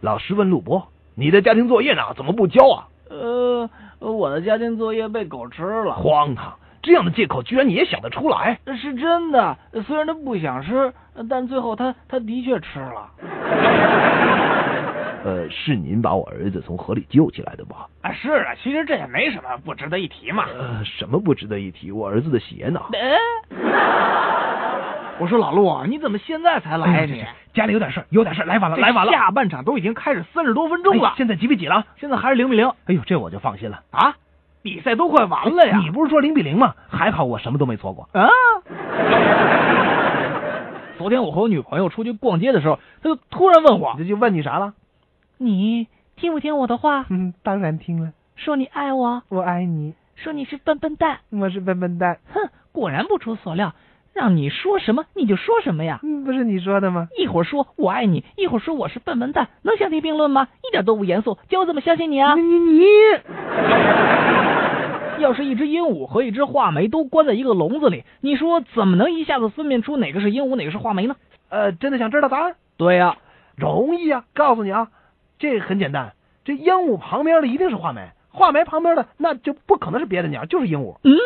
老师问陆博：“你的家庭作业呢？怎么不交啊呃，我的家庭作业被狗吃？”啊了，荒唐！这样的借口居然你也想得出来？是真的。虽然他不想吃，但最后他他的确吃了。呃，是您把我儿子从河里救起来的吧？啊，是啊，其实这也没什么不值得一提嘛。呃，什么不值得一提？我儿子的鞋呢？哎，我说老陆，你怎么现在才来哎呀，呀这你这？家里有点事儿，有点事儿，来晚了，来晚了，下半场都已经开始三十多分钟了哎，现在几比几了？现在还是零比零哎呦，这我就放心了。哎啊！比赛都快完了呀！你不是说零比零吗？还好我什么都没错过。啊！昨天我和我女朋友出去逛街的时候，她就突然问我这就问你啥了？你听不听我的话？ 嗯，当然听了，说你爱我，我爱你，说你是笨笨蛋。我是笨笨蛋。哼，果然不出所料，让你说什么你就说什么呀。嗯，不是你说的吗？一会儿说我爱你，一会儿说我是笨笨蛋，能相提并论吗？一点都不严肃，叫我怎么相信你啊你？你你，嗯要是一只鹦鹉和一只画眉都关在一个笼子里，你说怎么能一下子分辨出哪个是鹦鹉，哪个是画眉呢？呃，真的想知道答案？对呀、容易啊，告诉你啊，这很简单。这鹦鹉旁边的一定是画眉，画眉旁边的那就不可能是别的鸟，就是鹦鹉。嗯，